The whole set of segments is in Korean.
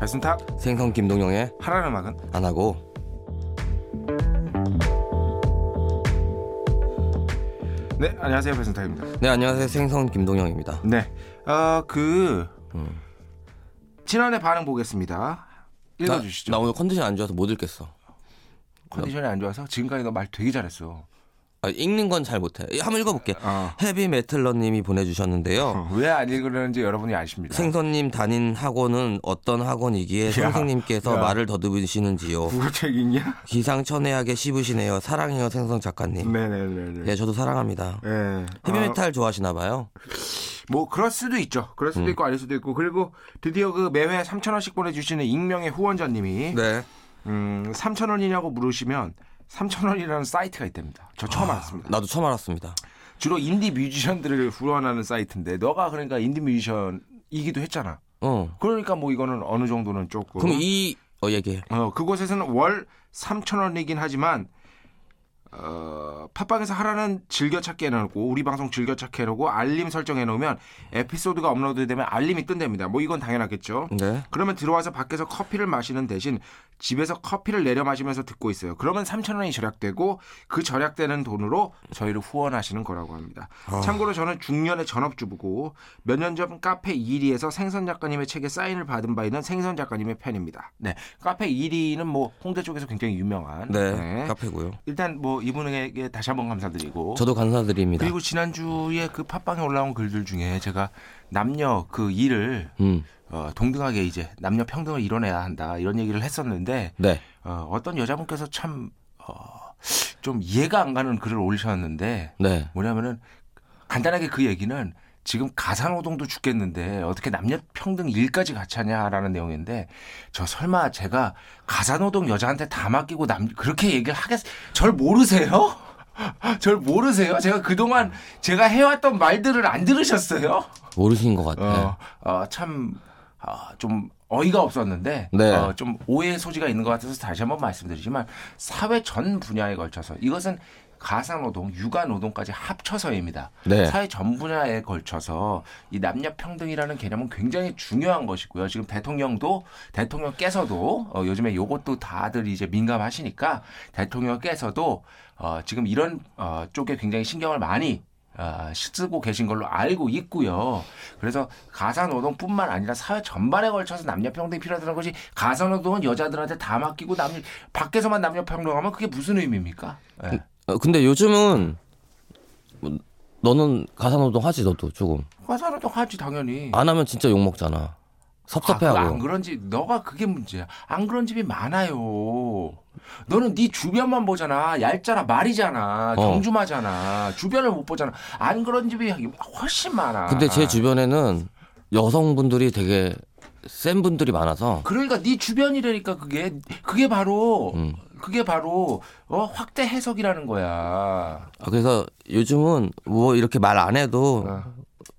배순탁 생선 김동영의 하라는 음악은 안 하고 네 안녕하세요 배순탁입니다. 네 안녕하세요 생선 김동영입니다. 네, 아그 음. 지난해 반응 보겠습니다. 네, 읽어주시죠. 나, 나 오늘 컨디션 안 좋아서 못 읽겠어. 컨디션이 안 좋아서 지금까지 너 말 되게 잘했어. 아, 읽는 건 잘 못해. 예, 한번 읽어볼게. 어. 헤비 메틀러님이 보내주셨는데요. 왜 안 읽으려는지 여러분이 아십니다. 생선님 다닌 학원은 어떤 학원이기에 선생님께서 야. 말을 더듬으시는지요. 국어책이냐? 기상천외하게 씹으시네요. 사랑해요 생선 음. 작가님. 네네네네. 네 저도 사랑합니다. 예. 헤비메탈 좋아하시나 봐요. 뭐 그럴 수도 있죠. 그럴 수도 있고 아닐 수도 있고 그리고 드디어 그 매회 3천 원씩 보내주시는 익명의 후원자님이 네. 음, 3천 원이냐고 물으시면 3천 원이라는 사이트가 있답니다. 저 처음 알았습니다. 나도 처음 알았습니다. 주로 인디 뮤지션들을 후원하는 사이트인데 너가 그러니까 인디 뮤지션이기도 했잖아. 어. 그러니까 뭐 이거는 어느 정도는 조금 그럼 이 어 얘기해. 어, 그곳에서는 월 3천 원이긴 하지만 어, 팟빵에서 하라는 즐겨찾기 해놓고 우리 방송 즐겨찾기 해놓고 알림 설정해놓으면 에피소드가 업로드되면 알림이 뜬답니다. 뭐 이건 당연하겠죠. 네. 그러면 들어와서 밖에서 커피를 마시는 대신 집에서 커피를 내려 마시면서 듣고 있어요. 그러면 3천 원이 절약되고 그 절약되는 돈으로 저희를 후원하시는 거라고 합니다. 참고로 저는 중년의 전업주부고 몇 년 전 카페 이리에서 생선 작가님의 책에 사인을 받은 바 있는 생선 작가님의 팬입니다. 네, 카페 이리는 뭐 홍대 쪽에서 굉장히 유명한. 네. 네. 카페고요. 일단 뭐 이분에게 다시 한번 감사드리고. 저도 감사드립니다. 그리고 지난주에 그 팟빵에 올라온 글들 중에 제가 남녀 그 일을 음. 어, 동등하게 이제 남녀 평등을 이뤄내야 한다 이런 얘기를 했었는데 네. 어, 어떤 여자분께서 참 어, 좀 이해가 안 가는 글을 올리셨는데 네. 뭐냐면은 간단하게 그 얘기는 지금 가사노동도 죽겠는데 어떻게 남녀 평등 일까지 같이 하냐라는 내용인데 저 설마 제가 가사노동 여자한테 다 맡기고 남 그렇게 얘기를 하겠 절 모르세요? 절 모르세요? 제가 그동안 제가 해왔던 말들을 안 들으셨어요? 모르신 것 어, 같아. 어, 참, 어, 좀 어이가 없었는데, 네. 어, 좀 오해 소지가 있는 것 같아서 다시 한번 말씀드리지만, 사회 전 분야에 걸쳐서 이것은 가사노동, 육아노동까지 합쳐서입니다. 네. 사회 전 분야에 걸쳐서 이 남녀 평등이라는 개념은 굉장히 중요한 것이고요. 지금 대통령도 대통령께서도 어, 요즘에 요것도 다들 이제 민감하시니까 대통령께서도 어, 지금 이런 어, 쪽에 굉장히 신경을 많이 아, 쓰고 계신 걸로 알고 있고요. 그래서 가사노동뿐만 아니라 사회 전반에 걸쳐서 남녀평등이 필요하다는 것이 가사노동은 여자들한테 다 맡기고 남 밖에서만 남녀평등하면 그게 무슨 의미입니까? 예. 어, 근데 요즘은 뭐, 너는 가사노동 하지 너도 조금 가사노동 하지 당연히. 안 하면 진짜 욕 먹잖아. 아, 그거 안 섭섭해하고. 그런 집 너가 그게 문제야. 안 그런 집이 많아요. 너는 네 주변만 보잖아. 얄짜라 말이잖아. 어. 경주마잖아. 주변을 못 보잖아. 안 그런 집이 훨씬 많아. 근데 제 주변에는 여성분들이 되게 센 분들이 많아서 그러니까 네 주변이라니까 그게 그게 바로 음. 그게 바로 어, 확대 해석이라는 거야. 아, 그래서 요즘은 뭐 이렇게 말 안 해도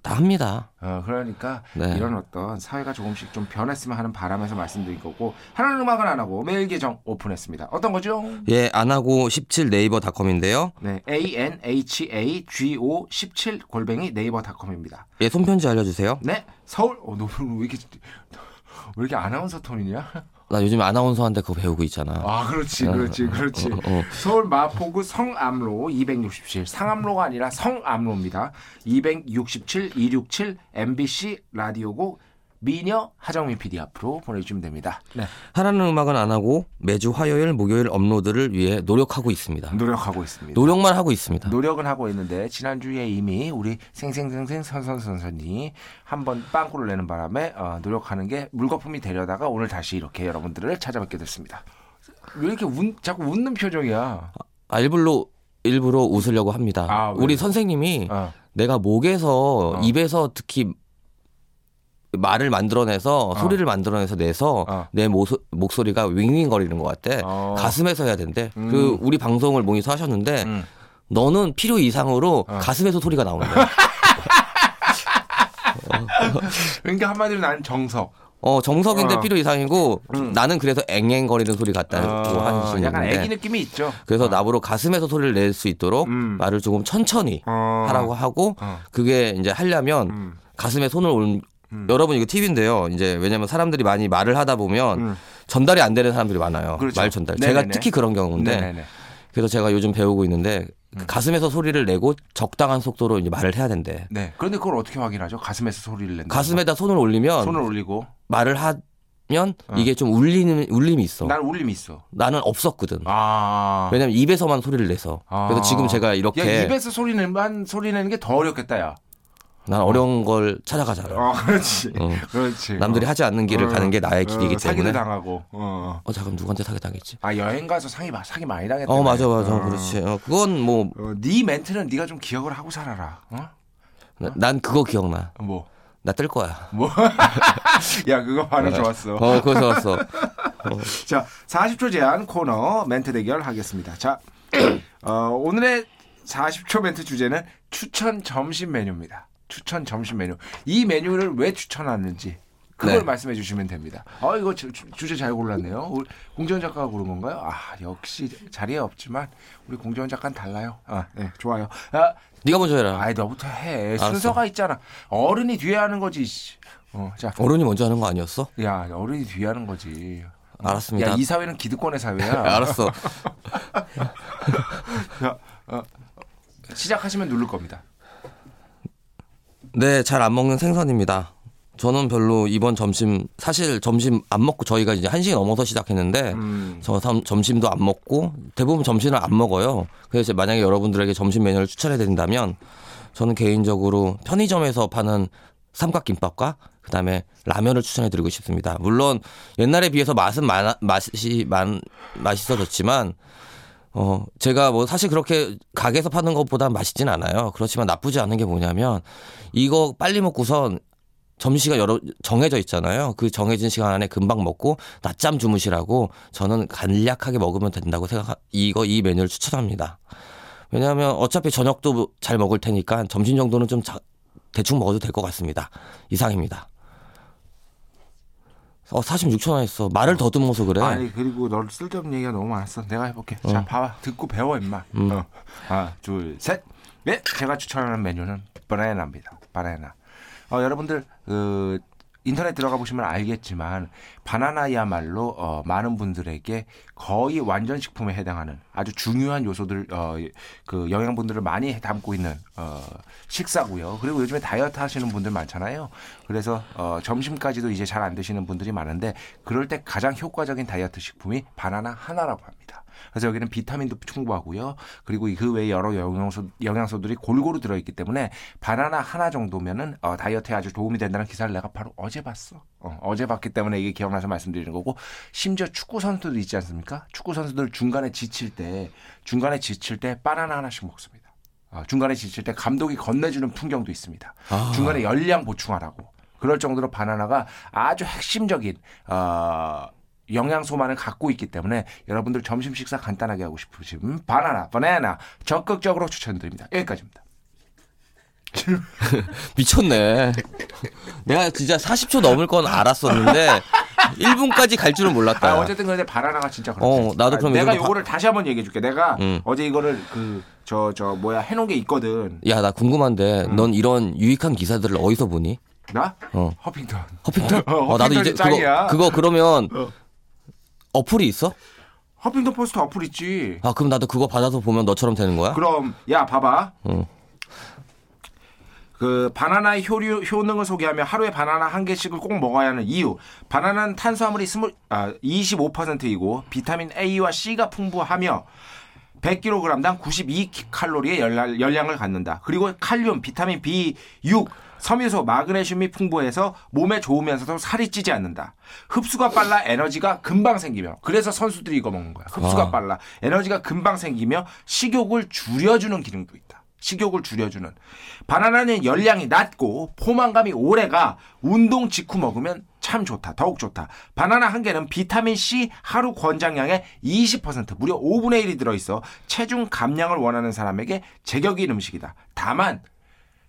다 합니다. 어, 그러니까 네. 이런 어떤 사회가 조금씩 좀 변했으면 하는 바람에서 말씀드린 거고 하나는 음악은 안 하고 매일 계정 오픈했습니다. 어떤 거죠? 예, 안 하고 17 네이버닷컴인데요. 네, a n h a g o 17 골뱅이 네이버닷컴입니다. 예, 손편지 알려주세요. 네, 서울. 어, 너왜 이렇게 왜 이렇게 아나운서 톤이냐? 나 요즘 아나운서한테 그거 배우고 있잖아. 아, 그렇지, 그렇지, 그렇지. 어. 서울 마포구 성암로 267 상암로가 아니라 성암로입니다. 267 267 MBC 라디오고 미녀 하정민 PD 앞으로 보내주시면 됩니다. 네, 하라는 음악은 안 하고 매주 화요일, 목요일 업로드를 위해 노력하고 있습니다. 노력하고 있습니다. 노력만 하고 있습니다. 노력은 하고 있는데 지난주에 이미 우리 생생생생 선선선선이 한 번 빵꾸를 내는 바람에 어, 노력하는 게 물거품이 되려다가 오늘 다시 이렇게 여러분들을 찾아뵙게 됐습니다. 왜 이렇게 운, 자꾸 웃는 표정이야? 아, 일부러 일부러 웃으려고 합니다. 아, 왜요? 우리 선생님이 어. 내가 목에서 어. 입에서 특히 말을 만들어내서 소리를 만들어내서 내서 어. 내 모소, 목소리가 윙윙거리는 것 같대. 어. 가슴에서 해야 된대. 음. 그 우리 방송을 모니터 하셨는데 음. 어. 너는 필요 이상으로 가슴에서 소리가 나온대. 그러니까 한마디로 나는 정석. 어 정석인데 어. 필요 이상이고 음. 나는 그래서 앵앵거리는 소리 같다고 하는 어, 신이 약간 있는데 애기 느낌이 있죠. 그래서 나보러 가슴에서 소리를 낼 수 있도록 음. 말을 조금 천천히 어. 하라고 하고 어. 그게 이제 하려면 음. 가슴에 손을 올 음. 여러분 이거 팁인데요. 이제 왜냐면 사람들이 많이 말을 하다 보면 음. 전달이 안 되는 사람들이 많아요. 그렇죠. 말 전달. 네네네. 제가 특히 그런 경우인데 음. 네네네. 음. 그래서 제가 요즘 배우고 있는데 그 가슴에서 소리를 내고 적당한 속도로 이제 말을 해야 된대. 네. 그런데 그걸 어떻게 확인하죠? 가슴에서 소리를 낸다. 가슴에다 손을 올리면 음. 손을 어. 올리고 말을 하면 이게 좀 울리는 울림이 있어. 난 울림이 있어. 나는 없었거든. 아. 왜냐면 입에서만 소리를 내서. 아. 그래서 지금 제가 이렇게 야 입에서 소리 내만 소리 내는 게 더 어렵겠다 야. 난 어려운 걸 찾아가잖아. 어, 그렇지. 어. 그렇지. 남들이 어. 하지 않는 길을 어. 가는 게 나의 길이기 어, 사기도 때문에. 당하고. 어, 어. 어 잠깐 누구한테 사기 당했지? 아 여행 가서 사기 마- 사기 많이 당했다. 어 맞아 맞아 어. 그렇지. 어, 그건 뭐 어, 네 멘트는 네가 좀 기억을 하고 살아라. 어? 난 그거 기억나. 뭐. 나 뜰 거야. 뭐. 야 그거 반응 좋았어. 어 그거 좋았어. 자, 40초 제한 코너 멘트 대결 하겠습니다. 자, 어, 오늘의 40초 멘트 주제는 추천 점심 메뉴입니다. 추천 점심 메뉴. 이 메뉴를 왜 추천하는지 그걸 네. 말씀해 주시면 됩니다. 아, 이거 주, 주- 주제 잘 골랐네요. 우리 공전 작가가 고른 건가요? 아, 역시 자리에 없지만 우리 공전 작가는 달라요. 아, 네, 좋아요. 아, 네가 먼저 해라. 아이 너부터 해. 순서가 있잖아. 어른이 뒤에 하는 거지. 씨. 어, 자, 어른이 먼저 하는 거 아니었어? 야, 어른이 뒤에 하는 거지. 알았습니다. 야, 이 사회는 기득권의 사회야. 알았어. 자, 어, 시작하시면 누를 겁니다. 네, 잘 안 먹는 생선입니다. 저는 별로 이번 점심 사실 점심 안 먹고 저희가 이제 1시간 넘어서 시작했는데 저 삼- 점심도 안 먹고 대부분 점심을 안 먹어요. 그래서 이제 만약에 여러분들에게 점심 메뉴를 추천해 드린다면 저는 개인적으로 편의점에서 파는 삼각김밥과 그다음에 라면을 추천해 드리고 싶습니다. 물론 옛날에 비해서 맛은 많아, 맛이 많 맛있어졌지만 어, 제가 뭐 사실 그렇게 가게에서 파는 것보다 맛있진 않아요. 그렇지만 나쁘지 않은 게 뭐냐면 이거 빨리 먹고선 점심시간 여러 정해져 있잖아요. 그 정해진 시간 안에 금방 먹고 낮잠 주무시라고 저는 간략하게 먹으면 된다고 생각 이거 이 메뉴를 추천합니다. 왜냐하면 어차피 저녁도 잘 먹을 테니까 점심 정도는 좀 자- 대충 먹어도 될 것 같습니다. 이상입니다. 어 46초 나 했어. 말을 더듬어서 그래. 아니 그리고 널 쓸데없는 얘기가 너무 많았어. 내가 해볼게. 네. 어. 자, 봐봐. 듣고 배워 임마. 어. 하나, 둘, 셋. 네, 제가 추천하는 메뉴는 바나나입니다. 바나나. 어, 여러분들 그 인터넷 들어가 보시면 알겠지만 바나나야말로 어, 많은 분들에게 거의 완전 식품에 해당하는 아주 중요한 요소들 어, 그 영양분들을 많이 담고 있는 어, 식사고요. 그리고 요즘에 다이어트 하시는 분들 많잖아요. 그래서 어, 점심까지도 이제 잘 안 드시는 분들이 많은데 그럴 때 가장 효과적인 다이어트 식품이 바나나 하나라고 합니다. 그래서 여기는 비타민도 충분하고요. 그리고 그 외에 여러 영양소, 영양소들이 골고루 들어있기 때문에 바나나 하나 정도면은 어, 다이어트에 아주 도움이 된다는 기사를 내가 바로 어제 봤어. 어, 제 봤기 때문에 이게 기억나서 말씀드리는 거고 심지어 축구 선수들 있지 않습니까? 축구 선수들 중간에 지칠 때 중간에 지칠 때 바나나 하나씩 먹습니다. 어, 중간에 지칠 때 감독이 건네주는 풍경도 있습니다. 아. 중간에 열량 보충하라고. 그럴 정도로 바나나가 아주 핵심적인 어, 영양소만을 갖고 있기 때문에 여러분들 점심 식사 간단하게 하고 싶으시면 바나나, 바나나 적극적으로 추천드립니다. 여기까지입니다. 미쳤네. 내가 진짜 40초 넘을 건 알았었는데 1분까지 갈 줄은 몰랐다. 아, 어쨌든 그런데 바나나가 진짜 그렇지. 어, 나도 그럼 내가 요즘에 바- 요거를 다시 한번 얘기해 줄게. 내가 음. 어제 이거를 그 저 저 뭐야 해놓은 게 있거든. 야, 나 궁금한데 음. 넌 이런 유익한 기사들을 어디서 보니? 나? 어. 허핑턴. 허핑턴? 어, 허핑턴이 짱이야. 어. 그거 그거 그러면 어플이 있어? 허핑턴 포스트 어플 있지. 아, 그럼 나도 그거 받아서 보면 너처럼 되는 거야? 그럼 야 봐봐. 어. 그 바나나의 효류, 효능을 소개하며 하루에 바나나 한 개씩을 꼭 먹어야 하는 이유. 바나나는 탄수화물이 스물, 아, 25%이고 비타민 A와 C가 풍부하며 100kg당 92칼로리의 열량, 열량을 갖는다. 그리고 칼륨, 비타민 B6, 섬유소, 마그네슘이 풍부해서 몸에 좋으면서도 살이 찌지 않는다. 흡수가 빨라 에너지가 금방 생기며 그래서 선수들이 이거 먹는 거야. 흡수가 아. 빨라 에너지가 금방 생기며 식욕을 줄여주는 기능도 있다. 식욕을 줄여주는 바나나는 열량이 낮고 포만감이 오래가 운동 직후 먹으면 참 좋다 더욱 좋다 바나나 한 개는 비타민 C 하루 권장량의 20% 무려 5분의 1이 들어있어 체중 감량을 원하는 사람에게 제격인 음식이다 다만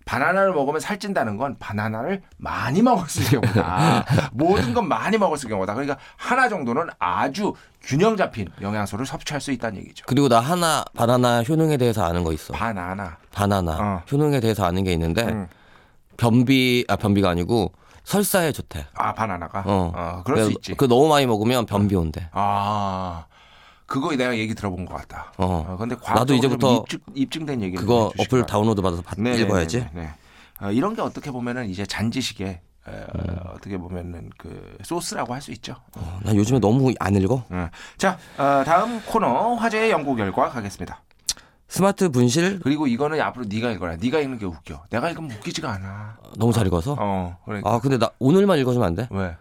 바나나를 먹으면 살찐다는 건 바나나를 많이 먹었을 경우다. 모든 건 많이 먹었을 경우다. 그러니까 하나 정도는 아주 균형 잡힌 영양소를 섭취할 수 있다는 얘기죠. 그리고 나 하나 바나나 효능에 대해서 아는 거 있어. 바나나. 바나나 어. 효능에 대해서 아는 게 있는데 음. 변비 아 변비가 아니고 설사에 좋대. 아 바나나가. 어. 어, 그럴 수 그래서 있지. 그 너무 많이 먹으면 변비 온대. 아 그거 내가 얘기 들어본 것 같다. 어. 어, 근데 나도 과학적으로 이제부터 좀 입증, 입증된 얘기 그거 어플 다운로드 받아서 받, 읽어야지. 네. 어, 이런 게 어떻게 보면은 이제 잔지식의 어, 어떻게 보면은 그 소스라고 할 수 있죠. 어, 난 요즘에 너무 안 읽어. 음. 자 어, 다음 코너 화제의 연구 결과 가겠습니다. 스마트 분실 그리고 이거는 앞으로 네가 읽어라. 네가 읽는 게 웃겨. 내가 읽으면 웃기지가 않아. 너무 잘 읽어서. 어 그래. 아 근데 나 오늘만 읽어주면 안 돼? 왜? 아,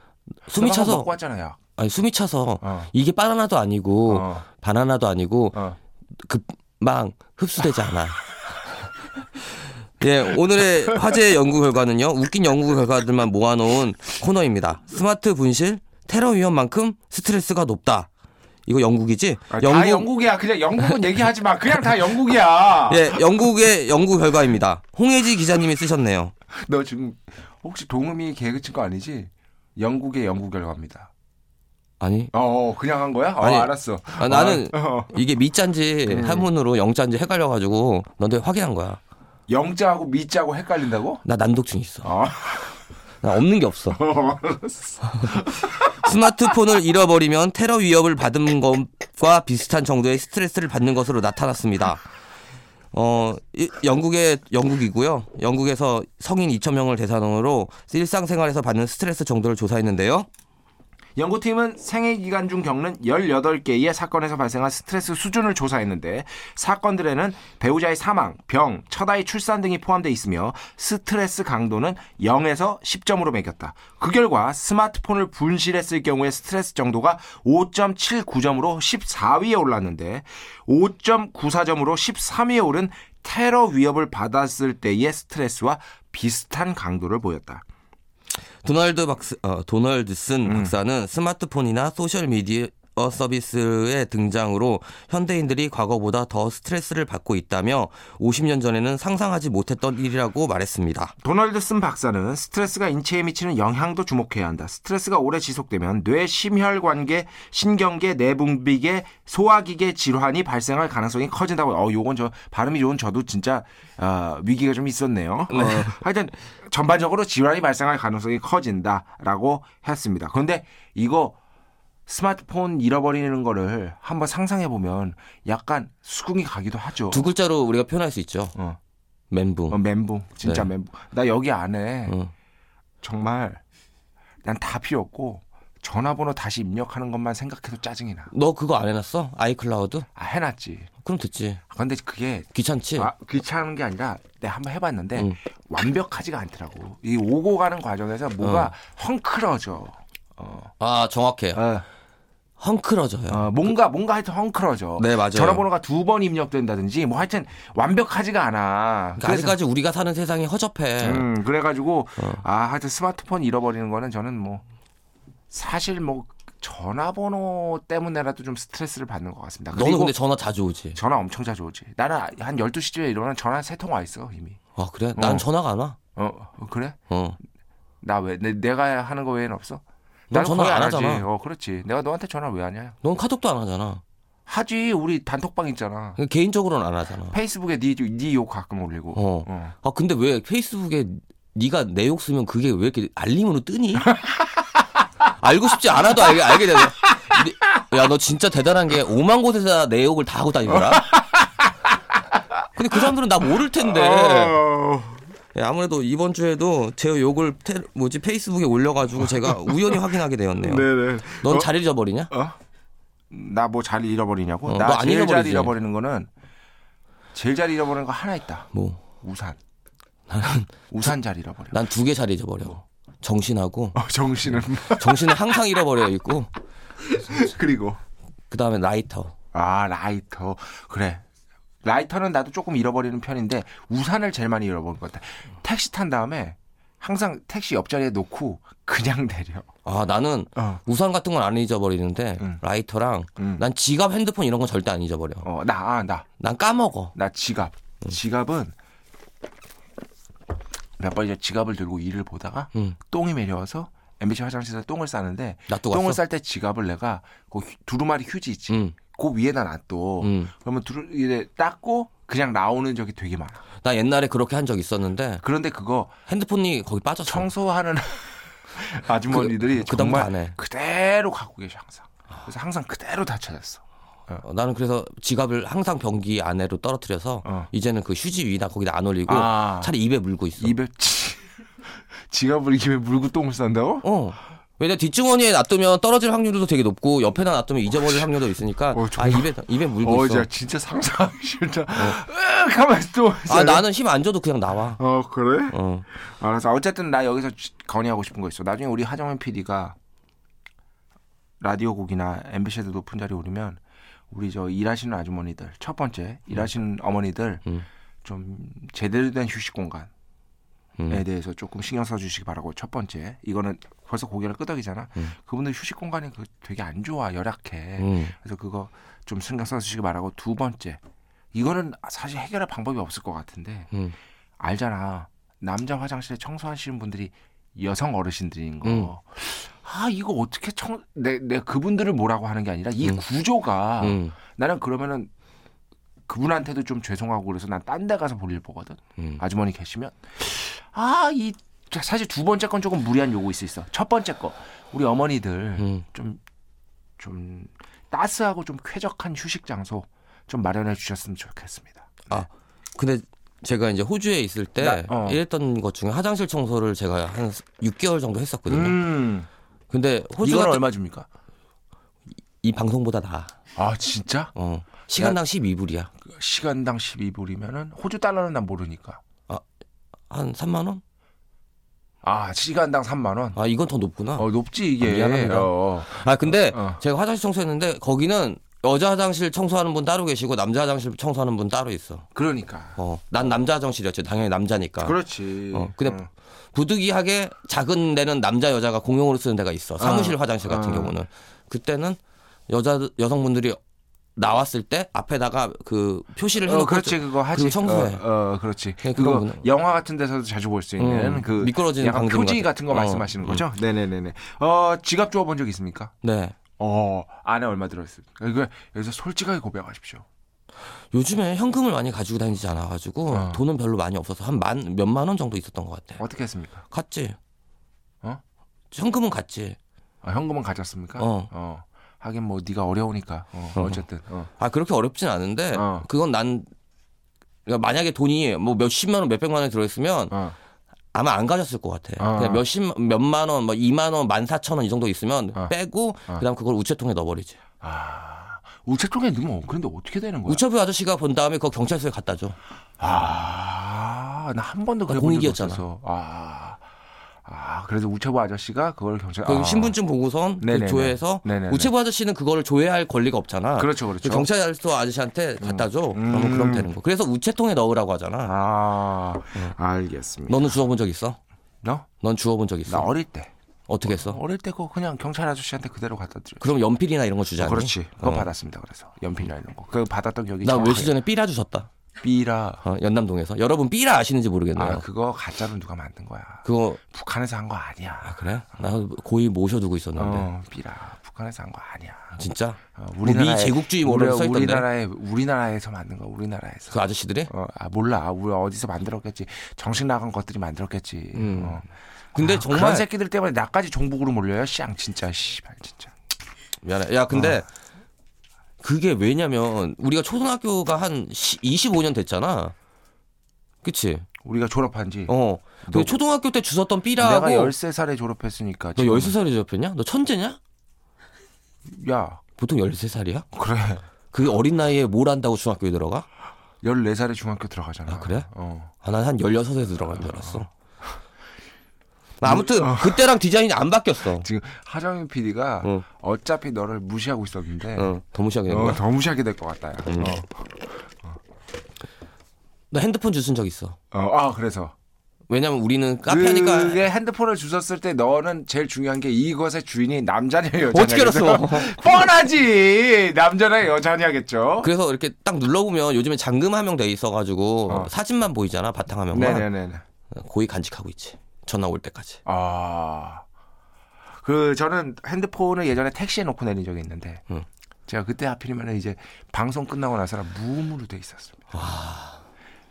숨이 너 방금 차서 먹고 왔잖아 약. 아니 숨이 차서 어. 이게 바나나도 아니고 어. 바나나도 아니고 어. 금방 흡수되지 않아. 예, 오늘의 화제 연구 결과는요. 웃긴 연구 결과들만 모아놓은 코너입니다. 스마트 분실 테러 위험만큼 스트레스가 높다. 이거 영국이지? 아, 다 영국이야. 그냥 영국은 얘기하지 마. 그냥 다 영국이야. 예, 영국의 연구 결과입니다. 홍혜지 기자님이 쓰셨네요. 너 지금 혹시 동음이 개그 친거 아니지? 영국의 연구 결과입니다. 아니, 어, 어, 그냥 한 거야? 어, 아니, 알았어. 아, 나는 아, 어. 이게 미짠지 한문으로 영짠지 헷갈려가지고 너한테 확인한 거야. 영자하고 미자하고 헷갈린다고? 나 난독증 있어. 어. 나 없는 게 없어. 스마트폰을 잃어버리면 테러 위협을 받은 것과 비슷한 정도의 스트레스를 받는 것으로 나타났습니다. 어, 이- 영국의 영국이고요. 영국에서 성인 2천 명을 대상으로 일상생활에서 받는 스트레스 정도를 조사했는데요. 연구팀은 생애 기간 중 겪는 18개의 사건에서 발생한 스트레스 수준을 조사했는데 사건들에는 배우자의 사망, 병, 처다의 출산 등이 포함되어 있으며 스트레스 강도는 0에서 10점으로 매겼다. 그 결과 스마트폰을 분실했을 경우의 스트레스 정도가 5.79점으로 14위에 올랐는데 5.94점으로 13위에 오른 테러 위협을 받았을 때의 스트레스와 비슷한 강도를 보였다. 도널드 박스 어, 도널드슨 음. 박사는 스마트폰이나 소셜 미디어 서비스의 등장으로 현대인들이 과거보다 더 스트레스를 받고 있다며 50년 전에는 상상하지 못했던 일이라고 말했습니다. 도널드슨 박사는 스트레스가 인체에 미치는 영향도 주목해야 한다. 스트레스가 오래 지속되면 뇌 심혈관계, 신경계, 내분비계, 소화기계 질환이 발생할 가능성이 커진다고. 어, 요건 저 발음이 좋은 저도 진짜 아, 위기가 좀 있었네요. 어, 하여튼 전반적으로 질환이 발생할 가능성이 커진다라고 했습니다. 그런데 이거 스마트폰 잃어버리는 거를 한번 상상해 보면 약간 수긍이 가기도 하죠. 두 글자로 우리가 표현할 수 있죠. 어. 멘붕. 어, 멘붕 진짜 네. 어. 멘붕 나 여기 안에 응. 정말 난 다 필요 없고 전화번호 다시 입력하는 것만 생각해도 짜증이 나 너 그거 안 해놨어? 아이클라우드? 아, 해놨지 그럼 됐지. 근데 그게 귀찮지. 아, 귀찮은 게 아니라 내가 한번 해봤는데 네. 응. 완벽하지가 않더라고 이 오고 가는 과정에서 뭐가 어. 헝클어져 어, 아 정확해. 요 어, 헝클어져요. 어, 뭔가 뭔가 하여튼 헝클어져 아, 네 맞아요. 전화번호가 두 번 입력된다든지 뭐 하여튼 완벽하지가 않아 그러니까 아직까지 우리가 사는 세상이 허접해. 음, 그래가지고 어. 아 하여튼 스마트폰 잃어버리는 거는 저는 뭐 사실 뭐 전화번호 때문에라도 좀 스트레스를 받는 것 같습니다. 너는 그리고 근데 전화 자주 오지. 전화 엄청 자주 오지. 나는 한 12시쯤에 일어나면 전화 세 통 와 있어 이미. 아 그래? 난 어. 전화가 안 와. 어 어, 그래? 어. 나 왜 내, 가 하는 거 외에는 없어? 넌 나는 전화 거의 안 하지. 하잖아. 어 그렇지. 내가 너한테 전화 왜 하냐? 넌 카톡도 안 하잖아. 하지. 우리 단톡방 있잖아. 그러니까 개인적으로는 안 하잖아. 페이스북에 네네욕 가끔 올리고. 어. 어. 아 근데 왜 페이스북에 네가 내 욕 쓰면 그게 왜 이렇게 알림으로 뜨니? 알고 싶지 않아도 알게 알게 되네. 야 너 진짜 대단한 게 오만 곳에서 내 욕을 다 하고 다니더라. 근데 그 사람들은 나 모를 텐데. 어. 예, 아무래도 이번 주에도 제 욕을 테- 뭐지 페이스북에 올려가지고 제가 우연히 확인하게 되었네요. 네네. 넌 잘 잊어버리냐? 나 뭐 잘 잃어버리냐고? 어, 나 너안 제일 잘 잃어버리지? 잃어버리는 거는 제일 잘 잃어버리는 거 하나 있다. 뭐, 우산. 우산 잘 잃어버려. 난 두 개 잘 잊어버려. 정신하고 어, 정신은 정신을 항상 잃어버려 있고 그리고 그 다음에 라이터. 아 라이터 그래 라이터는 나도 조금 잃어버리는 편인데 우산을 제일 많이 잃어버린 것 같아. 택시 탄 다음에 항상 택시 옆자리에 놓고 그냥 내려. 아 나는 어, 우산 같은 건 안 잊어버리는데 응. 라이터랑 응. 난 지갑, 핸드폰 이런 건 절대 안 잊어버려. 어, 나, 아, 나, 난 까먹어. 나 지갑. 지갑은 몇 번 이제 지갑을 들고 일을 보다가 음. 똥이 매려워서 MBC 화장실에서 똥을 싸는데 놔두고 똥을 왔어. 쌀 때 지갑을 내가 그 휴- 두루마리 휴지 있지. 음. 그 위에다 놔둬. 음. 그러면 두루 이제 닦고 그냥 나오는 적이 되게 많아. 나 옛날에 그렇게 한 적 있었는데 그런데 그거 어. 핸드폰이 거기 빠졌어. 청소하는 아주머니들이 그- 그 다음부터 안 정말 해. 그대로 갖고 계셔 항상. 그래서 항상 그대로 다 찾았어. 어, 나는 그래서 지갑을 항상 변기 안에로 떨어뜨려서 어. 이제는 그 휴지 위나 거기다 안 올리고 아. 차라리 입에 물고 있어. 입에 치- 지갑을 입에 물고 똥을 싼다고? 어. 왜냐 뒷주머니에 놔두면 떨어질 확률도 되게 높고 옆에다 놔두면 잊어버릴 확률도 있으니까 어, 아 정말. 입에 입에 물고 어, 있어. 어. 진짜, 진짜 상상하기 싫다. 으, 가만 있어. 똥을 아 싸네. 나는 힘 안 줘도 그냥 나와. 어 아, 그래? 어. 알았어. 어쨌든 나 여기서 지- 건의하고 싶은 거 있어. 나중에 우리 하정현 PD가 라디오 곡이나 MBC에도 높은 자리 오르면 우리 저 일하시는 아주머니들 첫 번째 일하시는 어머니들 음. 좀 제대로 된 휴식 공간에 음. 대해서 조금 신경 써주시기 바라고 첫 번째 이거는 벌써 고개를 끄덕이잖아. 그분들 휴식 공간이 그 되게 안 좋아 열악해. 음. 그래서 그거 좀 신경 써주시기 바라고 두 번째 이거는 사실 해결할 방법이 없을 것 같은데 음. 알잖아 남자 화장실에 청소하시는 분들이 여성 어르신들인 거. 음. 아 이거 어떻게 청 내 내 그분들을 뭐라고 하는 게 아니라 이 구조가 음. 나는 그러면은 그분한테도 좀 죄송하고 그래서 난 딴 데 가서 볼 일 보거든 음. 아주머니 계시면 아 이 사실 두 번째 건 조금 무리한 요구 있어 있어 첫 번째 거 우리 어머니들 음. 좀, 좀 따스하고 좀 쾌적한 휴식 장소 좀 마련해 주셨으면 좋겠습니다. 아 근데 제가 이제 호주에 있을 때 나- 어. 일했던 것 중에 화장실 청소를 제가 한 6개월 정도 했었거든요. 음, 근데 호주 이건 같은 얼마 줍니까? 이 방송보다 나아. 아 진짜? 어. 시간당 12불이야. 시간당 12불이면은 호주 달러는 난 모르니까. 한 3만 원? 아 시간당 3만 원. 아, 이건 더 높구나. 어 높지 이게. 아, 미안합니다. 어, 어. 아, 근데 어. 제가 화장실 청소했는데 거기는 여자 화장실 청소하는 분 따로 계시고 남자 화장실 청소하는 분 따로 있어. 그러니까. 어. 난 남자 화장실이었지. 당연히 남자니까. 그렇지. 어, 근데 음. 부득이하게 작은 데는 남자 여자가 공용으로 쓰는 데가 있어. 사무실 어. 화장실 같은 어. 경우는 그때는 여자 여성분들이 나왔을 때 앞에다가 그 표시를 해놓고 어, 그렇지 그거 하지. 그리고 청소해. 네, 어, 어, 그렇지. 그냥 그거 그거구나. 영화 같은 데서도 자주 볼 수 있는 음, 그 미끄러지는 약간 방지막 표지 같은- 같은 거 어, 말씀하시는 음. 거죠? 네네네네. 어 지갑 주워 본적 있습니까? 네. 어 안에 얼마 들어있습니까? 이거 여기서 솔직하게 고백하십시오. 요즘에 현금을 많이 가지고 다니지 않아가지고 어. 돈은 별로 많이 없어서 한 만 몇만 원 정도 있었던 것 같아. 어떻게 했습니까? 갔지. 어? 현금은 갔지. 아, 현금은 가졌습니까? 어. 하긴 뭐 네가 어려우니까 어, 어. 어쨌든 어. 아 그렇게 어렵진 않은데 어. 그건 난 그러니까 만약에 돈이 뭐 몇십만 원, 몇백만 원이 들어있으면 어. 아마 안 가졌을 것 같아. 아. 그냥 몇십 몇만 원, 뭐 이만 원, 만 사천 원 이 정도 있으면 아. 빼고 그다음 그걸 우체통에 넣어버리지. 아 우체 통에 넣으면 그런데 어떻게 되는 거야? 우체부 아저씨가 본 다음에 그거 경찰서에 갖다 줘. 아나 한 번도 그래 공익이었잖아. 아, 아 그래서 우체부 아저씨가 그걸 경찰 그 아. 신분증 보고선 그 네네네. 조회해서 네네네. 우체부 아저씨는 그거를 조회할 권리가 없잖아. 그렇죠 그렇죠. 그 경찰서 아저씨한테 갖다 줘. 음. 그러면 그럼 되는 거. 그래서 우체통에 넣으라고 하잖아. 아 알겠습니다. 너는 주워본 적 있어? 너? 넌 주워본 적 나 있어? 어릴 때 어떻게 했어? 어릴 때 그거 그냥 경찰 아저씨한테 그대로 갖다 드려. 그럼 연필이나 이런 거 주지 않니? 그렇지. 그거 어. 받았습니다. 그래서 연필이나 이런 거. 그거 받았던 기억이. 나 정확하게. 며칠 전에 삐라 주셨다. 삐라. 어, 연남동에서. 여러분 삐라 아시는지 모르겠네요. 아 그거 가짜로 누가 만든 거야. 그거 북한에서 한 거 아니야. 그래? 나 고의 모셔두고 있었는데. 어 삐라. 북한에서 한 거 아니야. 진짜? 어, 뭐미 제국주의 뭐 이런 거 우리, 써있던데. 우리나라에 우리나라에서 만든 거 우리나라에서. 그 아저씨들이? 어, 아 몰라. 우리 어디서 만들었겠지. 정신 나간 것들이 만들었겠지. 음. 어. 근데 아, 정말 그런 새끼들 때문에 나까지 종북으로 몰려요. 씨앙 진짜 씨발 진짜. 미안해. 야, 근데 어. 그게 왜냐면 우리가 초등학교가 한 25년 됐잖아. 그치? 우리가 졸업한 지 어. 그 너- 초등학교 때 주웠던 삐라하고 내가 13살에 졸업했으니까 너 지금- 13살에 접혔냐? 너 천재냐? 야 보통 13살이야? 그래 그 어린 나이에 뭘 한다고 중학교에 들어가? 14살에 중학교 들어가잖아 아, 그래? 어. 아, 난한 16살에 들어간 줄 알았어. 아무튼 어. 그때랑 디자인이 안 바뀌었어. 지금 하정윤 PD가 응. 어차피 너를 무시하고 있었는데 어, 음. 더 무시하게 된 어, 거야. 더 무시하게 될 것 같다 야. 나 핸드폰 주순 적 있어. 어. 어, 아 그래서 왜냐면 우리는 카페니까 그게 핸드폰을 주웠을 때 너는 제일 중요한 게 이것의 주인이 남자냐 여자냐 어떻게 알았어? 뻔하지 남자냐 여자냐겠죠 그래서 이렇게 딱 눌러보면 요즘에 잠금 화면 돼 있어가지고 어. 사진만 보이잖아 바탕 화면만. 네네네 고이 간직하고 있지. 전화 올 때까지. 아. 그 저는 핸드폰을 예전에 택시에 놓고 내린 적이 있는데 음. 제가 그때 하필이면 이제 방송 끝나고 나서는 무음으로 돼 있었습니다.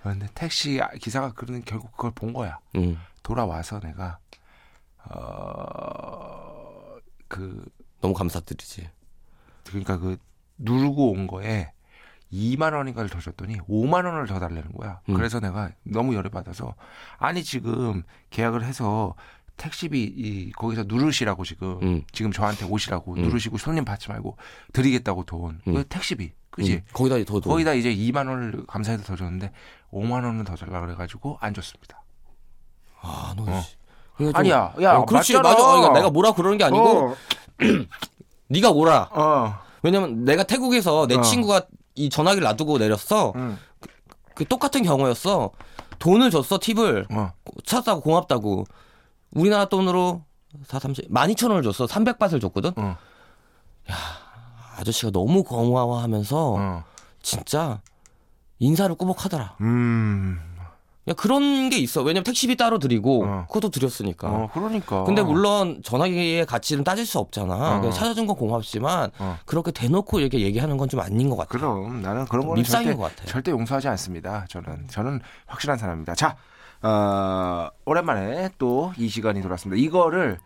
그런데 택시 아, 기사가 그러는 결국 그걸 본 거야. 음. 돌아와서 내가 어, 어그 너무 감사드리지. 그러니까 그 누르고 온 거에 2만 원인가를 더 줬더니 5만 원을 더 달라는 거야. 음. 그래서 내가 너무 열을 받아서 아니 지금 계약을 해서 택시비 이 거기서 누르시라고 지금 음. 지금 저한테 오시라고 음. 누르시고 손님 받지 말고 드리겠다고 돈. 음. 그 택시비. 그지? 음. 거기다 더 더. 거기다 이제 2만 원을 감사해서 더 줬는데 5만 원은 더 달라 그래 가지고 안 줬습니다. 아, 너. 어. 씨. 그러니까 좀- 아니야. 야, 어, 그렇지. 맞잖아. 맞아. 어, 그러니까 내가 뭐라 그러는 게 아니고 네가 뭐라. 어. 어. 왜냐면 내가 태국에서 내 어. 친구가 이 전화기를 놔두고 내렸어. 응. 그 똑같은 경우였어. 돈을 줬어, 팁을. 어. 찾다고 고맙다고. 우리나라 돈으로 4, 30, 12,000원을 줬어. 300바트를 줬거든. 어. 아저씨가 너무 고마워하면서 어. 진짜 인사를 꾸벅하더라. 음. 야, 그런 게 있어. 왜냐면 택시비 따로 드리고 어. 그것도 드렸으니까. 어, 그러니까. 근데 물론 전화기의 가치는 따질 수 없잖아. 어. 그냥 찾아준 건 고맙지만 어. 그렇게 대놓고 이렇게 얘기하는 건 좀 아닌 것 같아. 그럼 나는 그런 거는 밉상인 절대, 것 같아요. 절대 용서하지 않습니다. 저는 저는 확실한 사람입니다. 자, 어, 오랜만에 또 이 시간이 돌아왔습니다. 이거를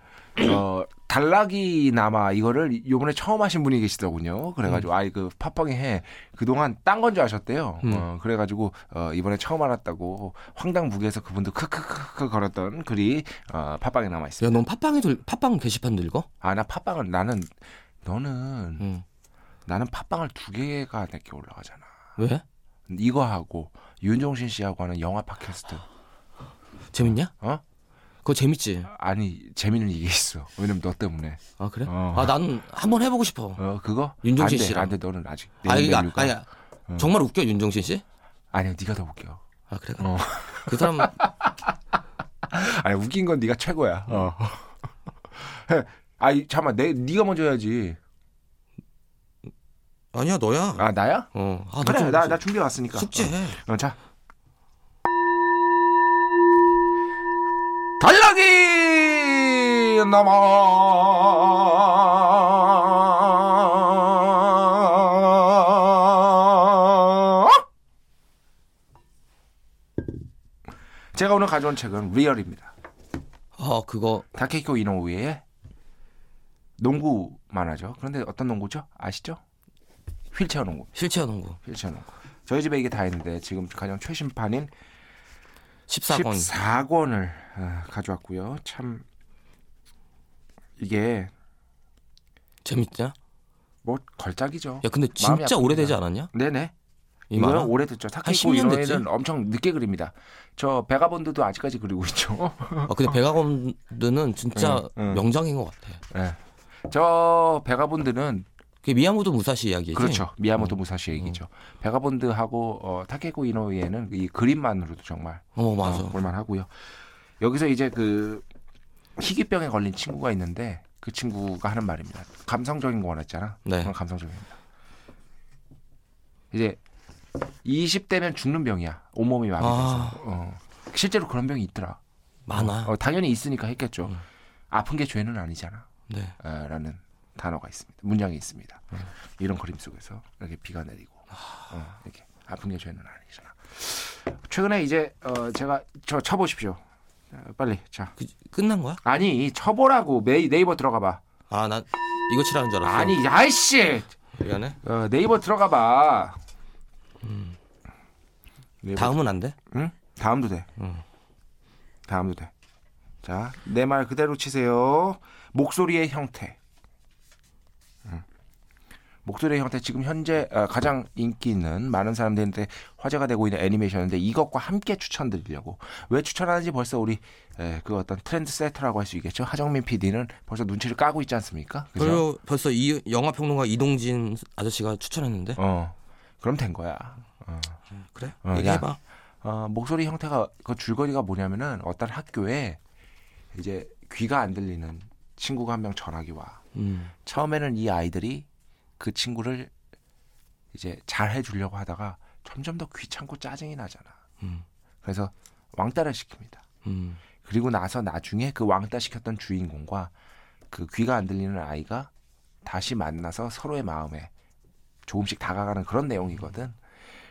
어, 달락이 남아 이거를 요번에 처음 하신 분이 계시더군요. 음. 그래가지고 아이 그 팟빵에 해 그동안 딴 건 줄 아셨대요. 어, 그래가지고 어, 이번에 처음 알았다고 황당무계에서 그분도 크크크크 걸었던 글이 어, 팟빵에 남아 있습니다. 야, 넌 팟빵에 들, 팟빵 게시판도 읽어? 아 나 팟빵은 나는 너는 응. 나는 팟빵을 두 개가 내게 올라가잖아. 왜? 이거 하고 윤종신 씨하고 하는 영화 팟캐스트 재밌냐? 어 그거 재밌지? 아니 재미는 이게 있어 왜냐면 너 때문에 아, 그래? 어. 아, 나는 한번 해보고 싶어. 어 그거 안 윤종신 돼, 씨랑. 안돼 너는 아직 내 아, 이게 아- 인맥류가- 어. 아니야. 정말 웃겨, 윤종신 씨? 아니야 네가 더 웃겨 아, 그래? 어. 그 사람, 아니 웃긴 건 네가 최고야 어 아이 잠만 내 네가 먼저 해야지 아니야, 너야. 아 나야 어. 아, 너 그래 좀 나 나 준비해 왔으니까 숙제해. 어, 자. 달락이 남아. 제가 오늘 가져온 책은 리얼입니다. 아, 그거, 다케이코 이노우의 농구 만화죠. 그런데 어떤 농구죠? 아시죠? 휠체어 농구. 실체화 농구. 휠체어 농구. 저희 집에 이게 다 있는데 지금 가장 최신판인 14권. 14권. 을 아, 가져왔고요. 참 이게 재밌냐? 뭐 걸작이죠. 야, 근데 마음이 진짜 아픕니다. 오래되지 않았냐? 네네. 이 이거는 만화? 오래됐죠. 타케이코 10년 됐지? 이노에는 엄청 늦게 그립니다. 저 베가본드도 아직까지 그리고 있죠. 아, 근데 백악원드는 진짜 응, 응. 명장인 것 같아. 네. 저 베가본드는 그게 음. 미야모토 무사시 이야기지? 그렇죠. 미야모토 무사시 얘기죠. 베가본드하고 어, 타케이코 이노에는 이 그림만으로도 정말 어, 맞아. 어, 볼만하고요. 여기서 이제 그 희귀병에 걸린 친구가 있는데 그 친구가 하는 말입니다. 감성적인 거 원했잖아. 네. 그건 감성적입니다. 이제 20대면 죽는 병이야. 온몸이 마비돼서. 아. 어. 실제로 그런 병이 있더라. 많아. 어, 당연히 있으니까 했겠죠. 음. 아픈 게 죄는 아니잖아. 네. 아, 라는 단어가 있습니다. 문장이 있습니다. 이런 그림 속에서 이렇게 비가 내리고 어, 이렇게 아픈 게 죄는 아니잖아. 최근에 이제 어, 제가 저 쳐보십시오. 어, 빨리 자 그, 끝난 거야? 아니 쳐보라고 메이, 네이버 들어가봐. 아, 난 이거 치라는 줄 알았어. 아니 야이씨 미안해. 어, 네이버 들어가봐. 네이버 다음은 안 돼? 응? 다음도 돼. 다음도 돼. 자, 내 말 그대로 치세요. 목소리의 형태. 응. 목소리의 형태 지금 현재 어, 가장 인기 있는 많은 사람들한테 화제가 되고 있는 애니메이션인데 이것과 함께 추천드리려고 왜 추천하는지 벌써 우리 에, 그 어떤 트렌드 세터라고 할 수 있겠죠 하정민 PD는 벌써 눈치를 까고 있지 않습니까? 그죠? 그리고 벌써 이 영화 평론가 이동진 아저씨가 추천했는데. 어 그럼 된 거야. 어. 그래? 어, 얘기해봐. 어, 목소리 형태가 그 줄거리가 뭐냐면은 어떤 학교에 이제 귀가 안 들리는 친구가 한 명 전학이 와. 음. 처음에는 이 아이들이 그 친구를 이제 잘 해주려고 하다가 점점 더 귀찮고 짜증이 나잖아. 음. 그래서 왕따를 시킵니다. 음. 그리고 나서 나중에 그 왕따 시켰던 주인공과 그 귀가 안 들리는 아이가 다시 만나서 서로의 마음에 조금씩 다가가는 그런 내용이거든.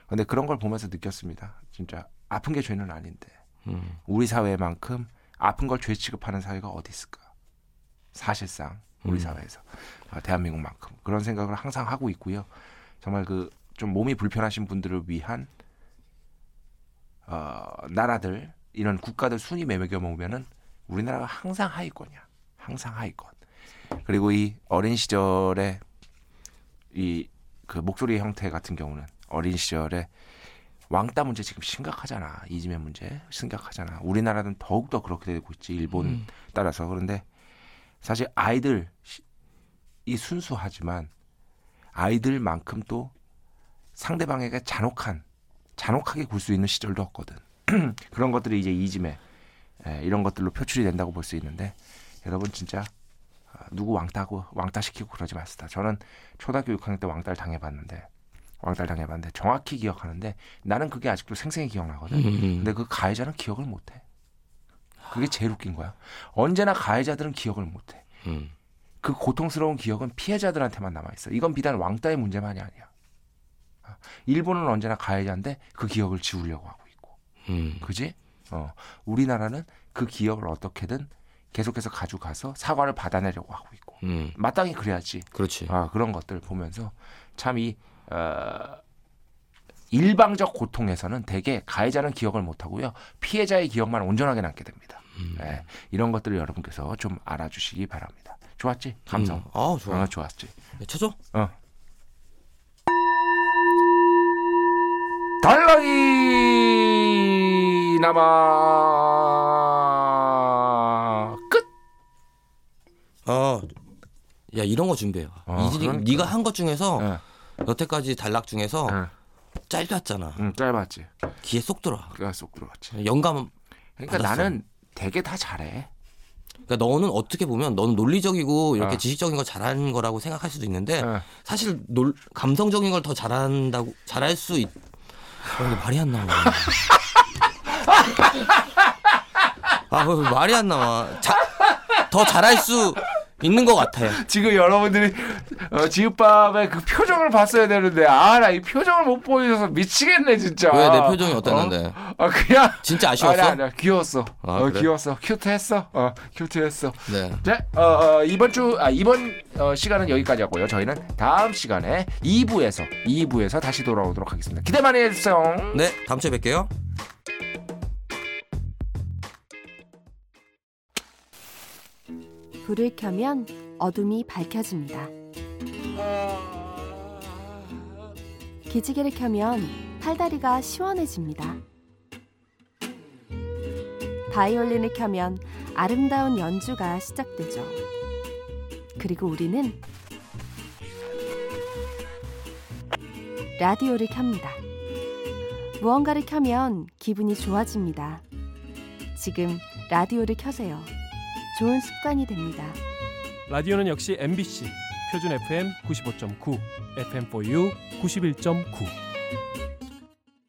근데 그런 걸 보면서 느꼈습니다. 진짜 아픈 게 죄는 아닌데 음. 우리 사회만큼 아픈 걸 죄 취급하는 사회가 어디 있을까? 사실상 우리 음. 사회에서 아, 대한민국만큼 그런 생각을 항상 하고 있고요. 정말 그 좀 몸이 불편하신 분들을 위한 어, 나라들 이런 국가들 순위 매매겨 보면은 우리나라가 항상 하위권이야. 항상 하위권. 그리고 이 어린 시절에 이 그 목소리 형태 같은 경우는 어린 시절에 왕따 문제 지금 심각하잖아. 이지메 문제 심각하잖아. 우리나라는 더욱더 그렇게 되고 있지. 일본 따라서 그런데 사실 아이들 시- 이 순수하지만 아이들만큼 또 상대방에게 잔혹한 잔혹하게 굴 수 있는 시절도 없거든. 그런 것들이 이제 이지메 예, 이런 것들로 표출이 된다고 볼 수 있는데 여러분 진짜 아, 누구 왕따고 왕따 시키고 그러지 마시다. 저는 초등학교 6학년 때 왕따를 당해봤는데 왕따를 당해봤는데 정확히 기억하는데 나는 그게 아직도 생생히 기억나거든. 음. 근데 그 가해자는 기억을 못해. 그게 제일 웃긴 거야. 언제나 가해자들은 기억을 못해. 음. 그 고통스러운 기억은 피해자들한테만 남아 있어. 이건 비단 왕따의 문제만이 아니야. 아, 일본은 언제나 가해자인데 그 기억을 지우려고 하고 있고, 음. 그지? 어, 우리나라는 그 기억을 어떻게든 계속해서 가져가서 사과를 받아내려고 하고 있고, 음. 마땅히 그래야지. 그렇지. 아 그런 것들을 보면서 참이 어, 일방적 고통에서는 대개 가해자는 기억을 못 하고요 피해자의 기억만 온전하게 남게 됩니다. 음. 예, 이런 것들을 여러분께서 좀 알아주시기 바랍니다. 좋았지? 감성. 음. 아 아, 좋아. 좋았지. 쳐줘. 어. 달랑이 남아 끝. 어. 야 이런 거 준비해요. 어, 이진이 그러니까. 네가 한 것 중에서 응, 여태까지 단락 중에서 응, 짧았잖아. 응, 예. 음, 짧았지. 귀에 쏙 들어. 그래가 쏙 들어갔지. 영감. 그러니까 받았어. 나는 되게 다 잘해. 그러니까 너는 어떻게 보면 너는 논리적이고 이렇게 어. 지식적인 거 잘하는 거라고 생각할 수도 있는데 어. 사실 놀, 감성적인 걸 더 잘한다고 잘할 수 있. 아, 근데 말이 안 나와. 아, 왜 말이 안 나와. 자, 더 잘할 수 있는 것 같아. 지금 여러분들이 어, 지읒밥의 그 표정을 봤어야 되는데 아 나 이 표정을 못 보여줘서 미치겠네 진짜 왜 내 표정이 어땠는데? 어? 아 그냥 진짜 아쉬웠어? 아, 나, 나 귀여웠어 아, 어, 그래? 귀여웠어 큐트했어 어 큐트했어 네. 자, 어, 어, 이번 주, 아, 이번 어, 시간은 여기까지 하고요. 저희는 다음 시간에 2부에서, 2부에서 다시 돌아오도록 하겠습니다. 기대 많이 해주세요. 네, 다음 주에 뵐게요. 불을 켜면 어둠이 밝혀집니다. 기지개를 켜면 팔다리가 시원해집니다. 바이올린을 켜면 아름다운 연주가 시작되죠. 그리고 우리는 라디오를 켭니다. 무언가를 켜면 기분이 좋아집니다. 지금 라디오를 켜세요. 좋은 습관이 됩니다. 라디오는 역시 MBC 표준 FM 95.9 FM4U 91.9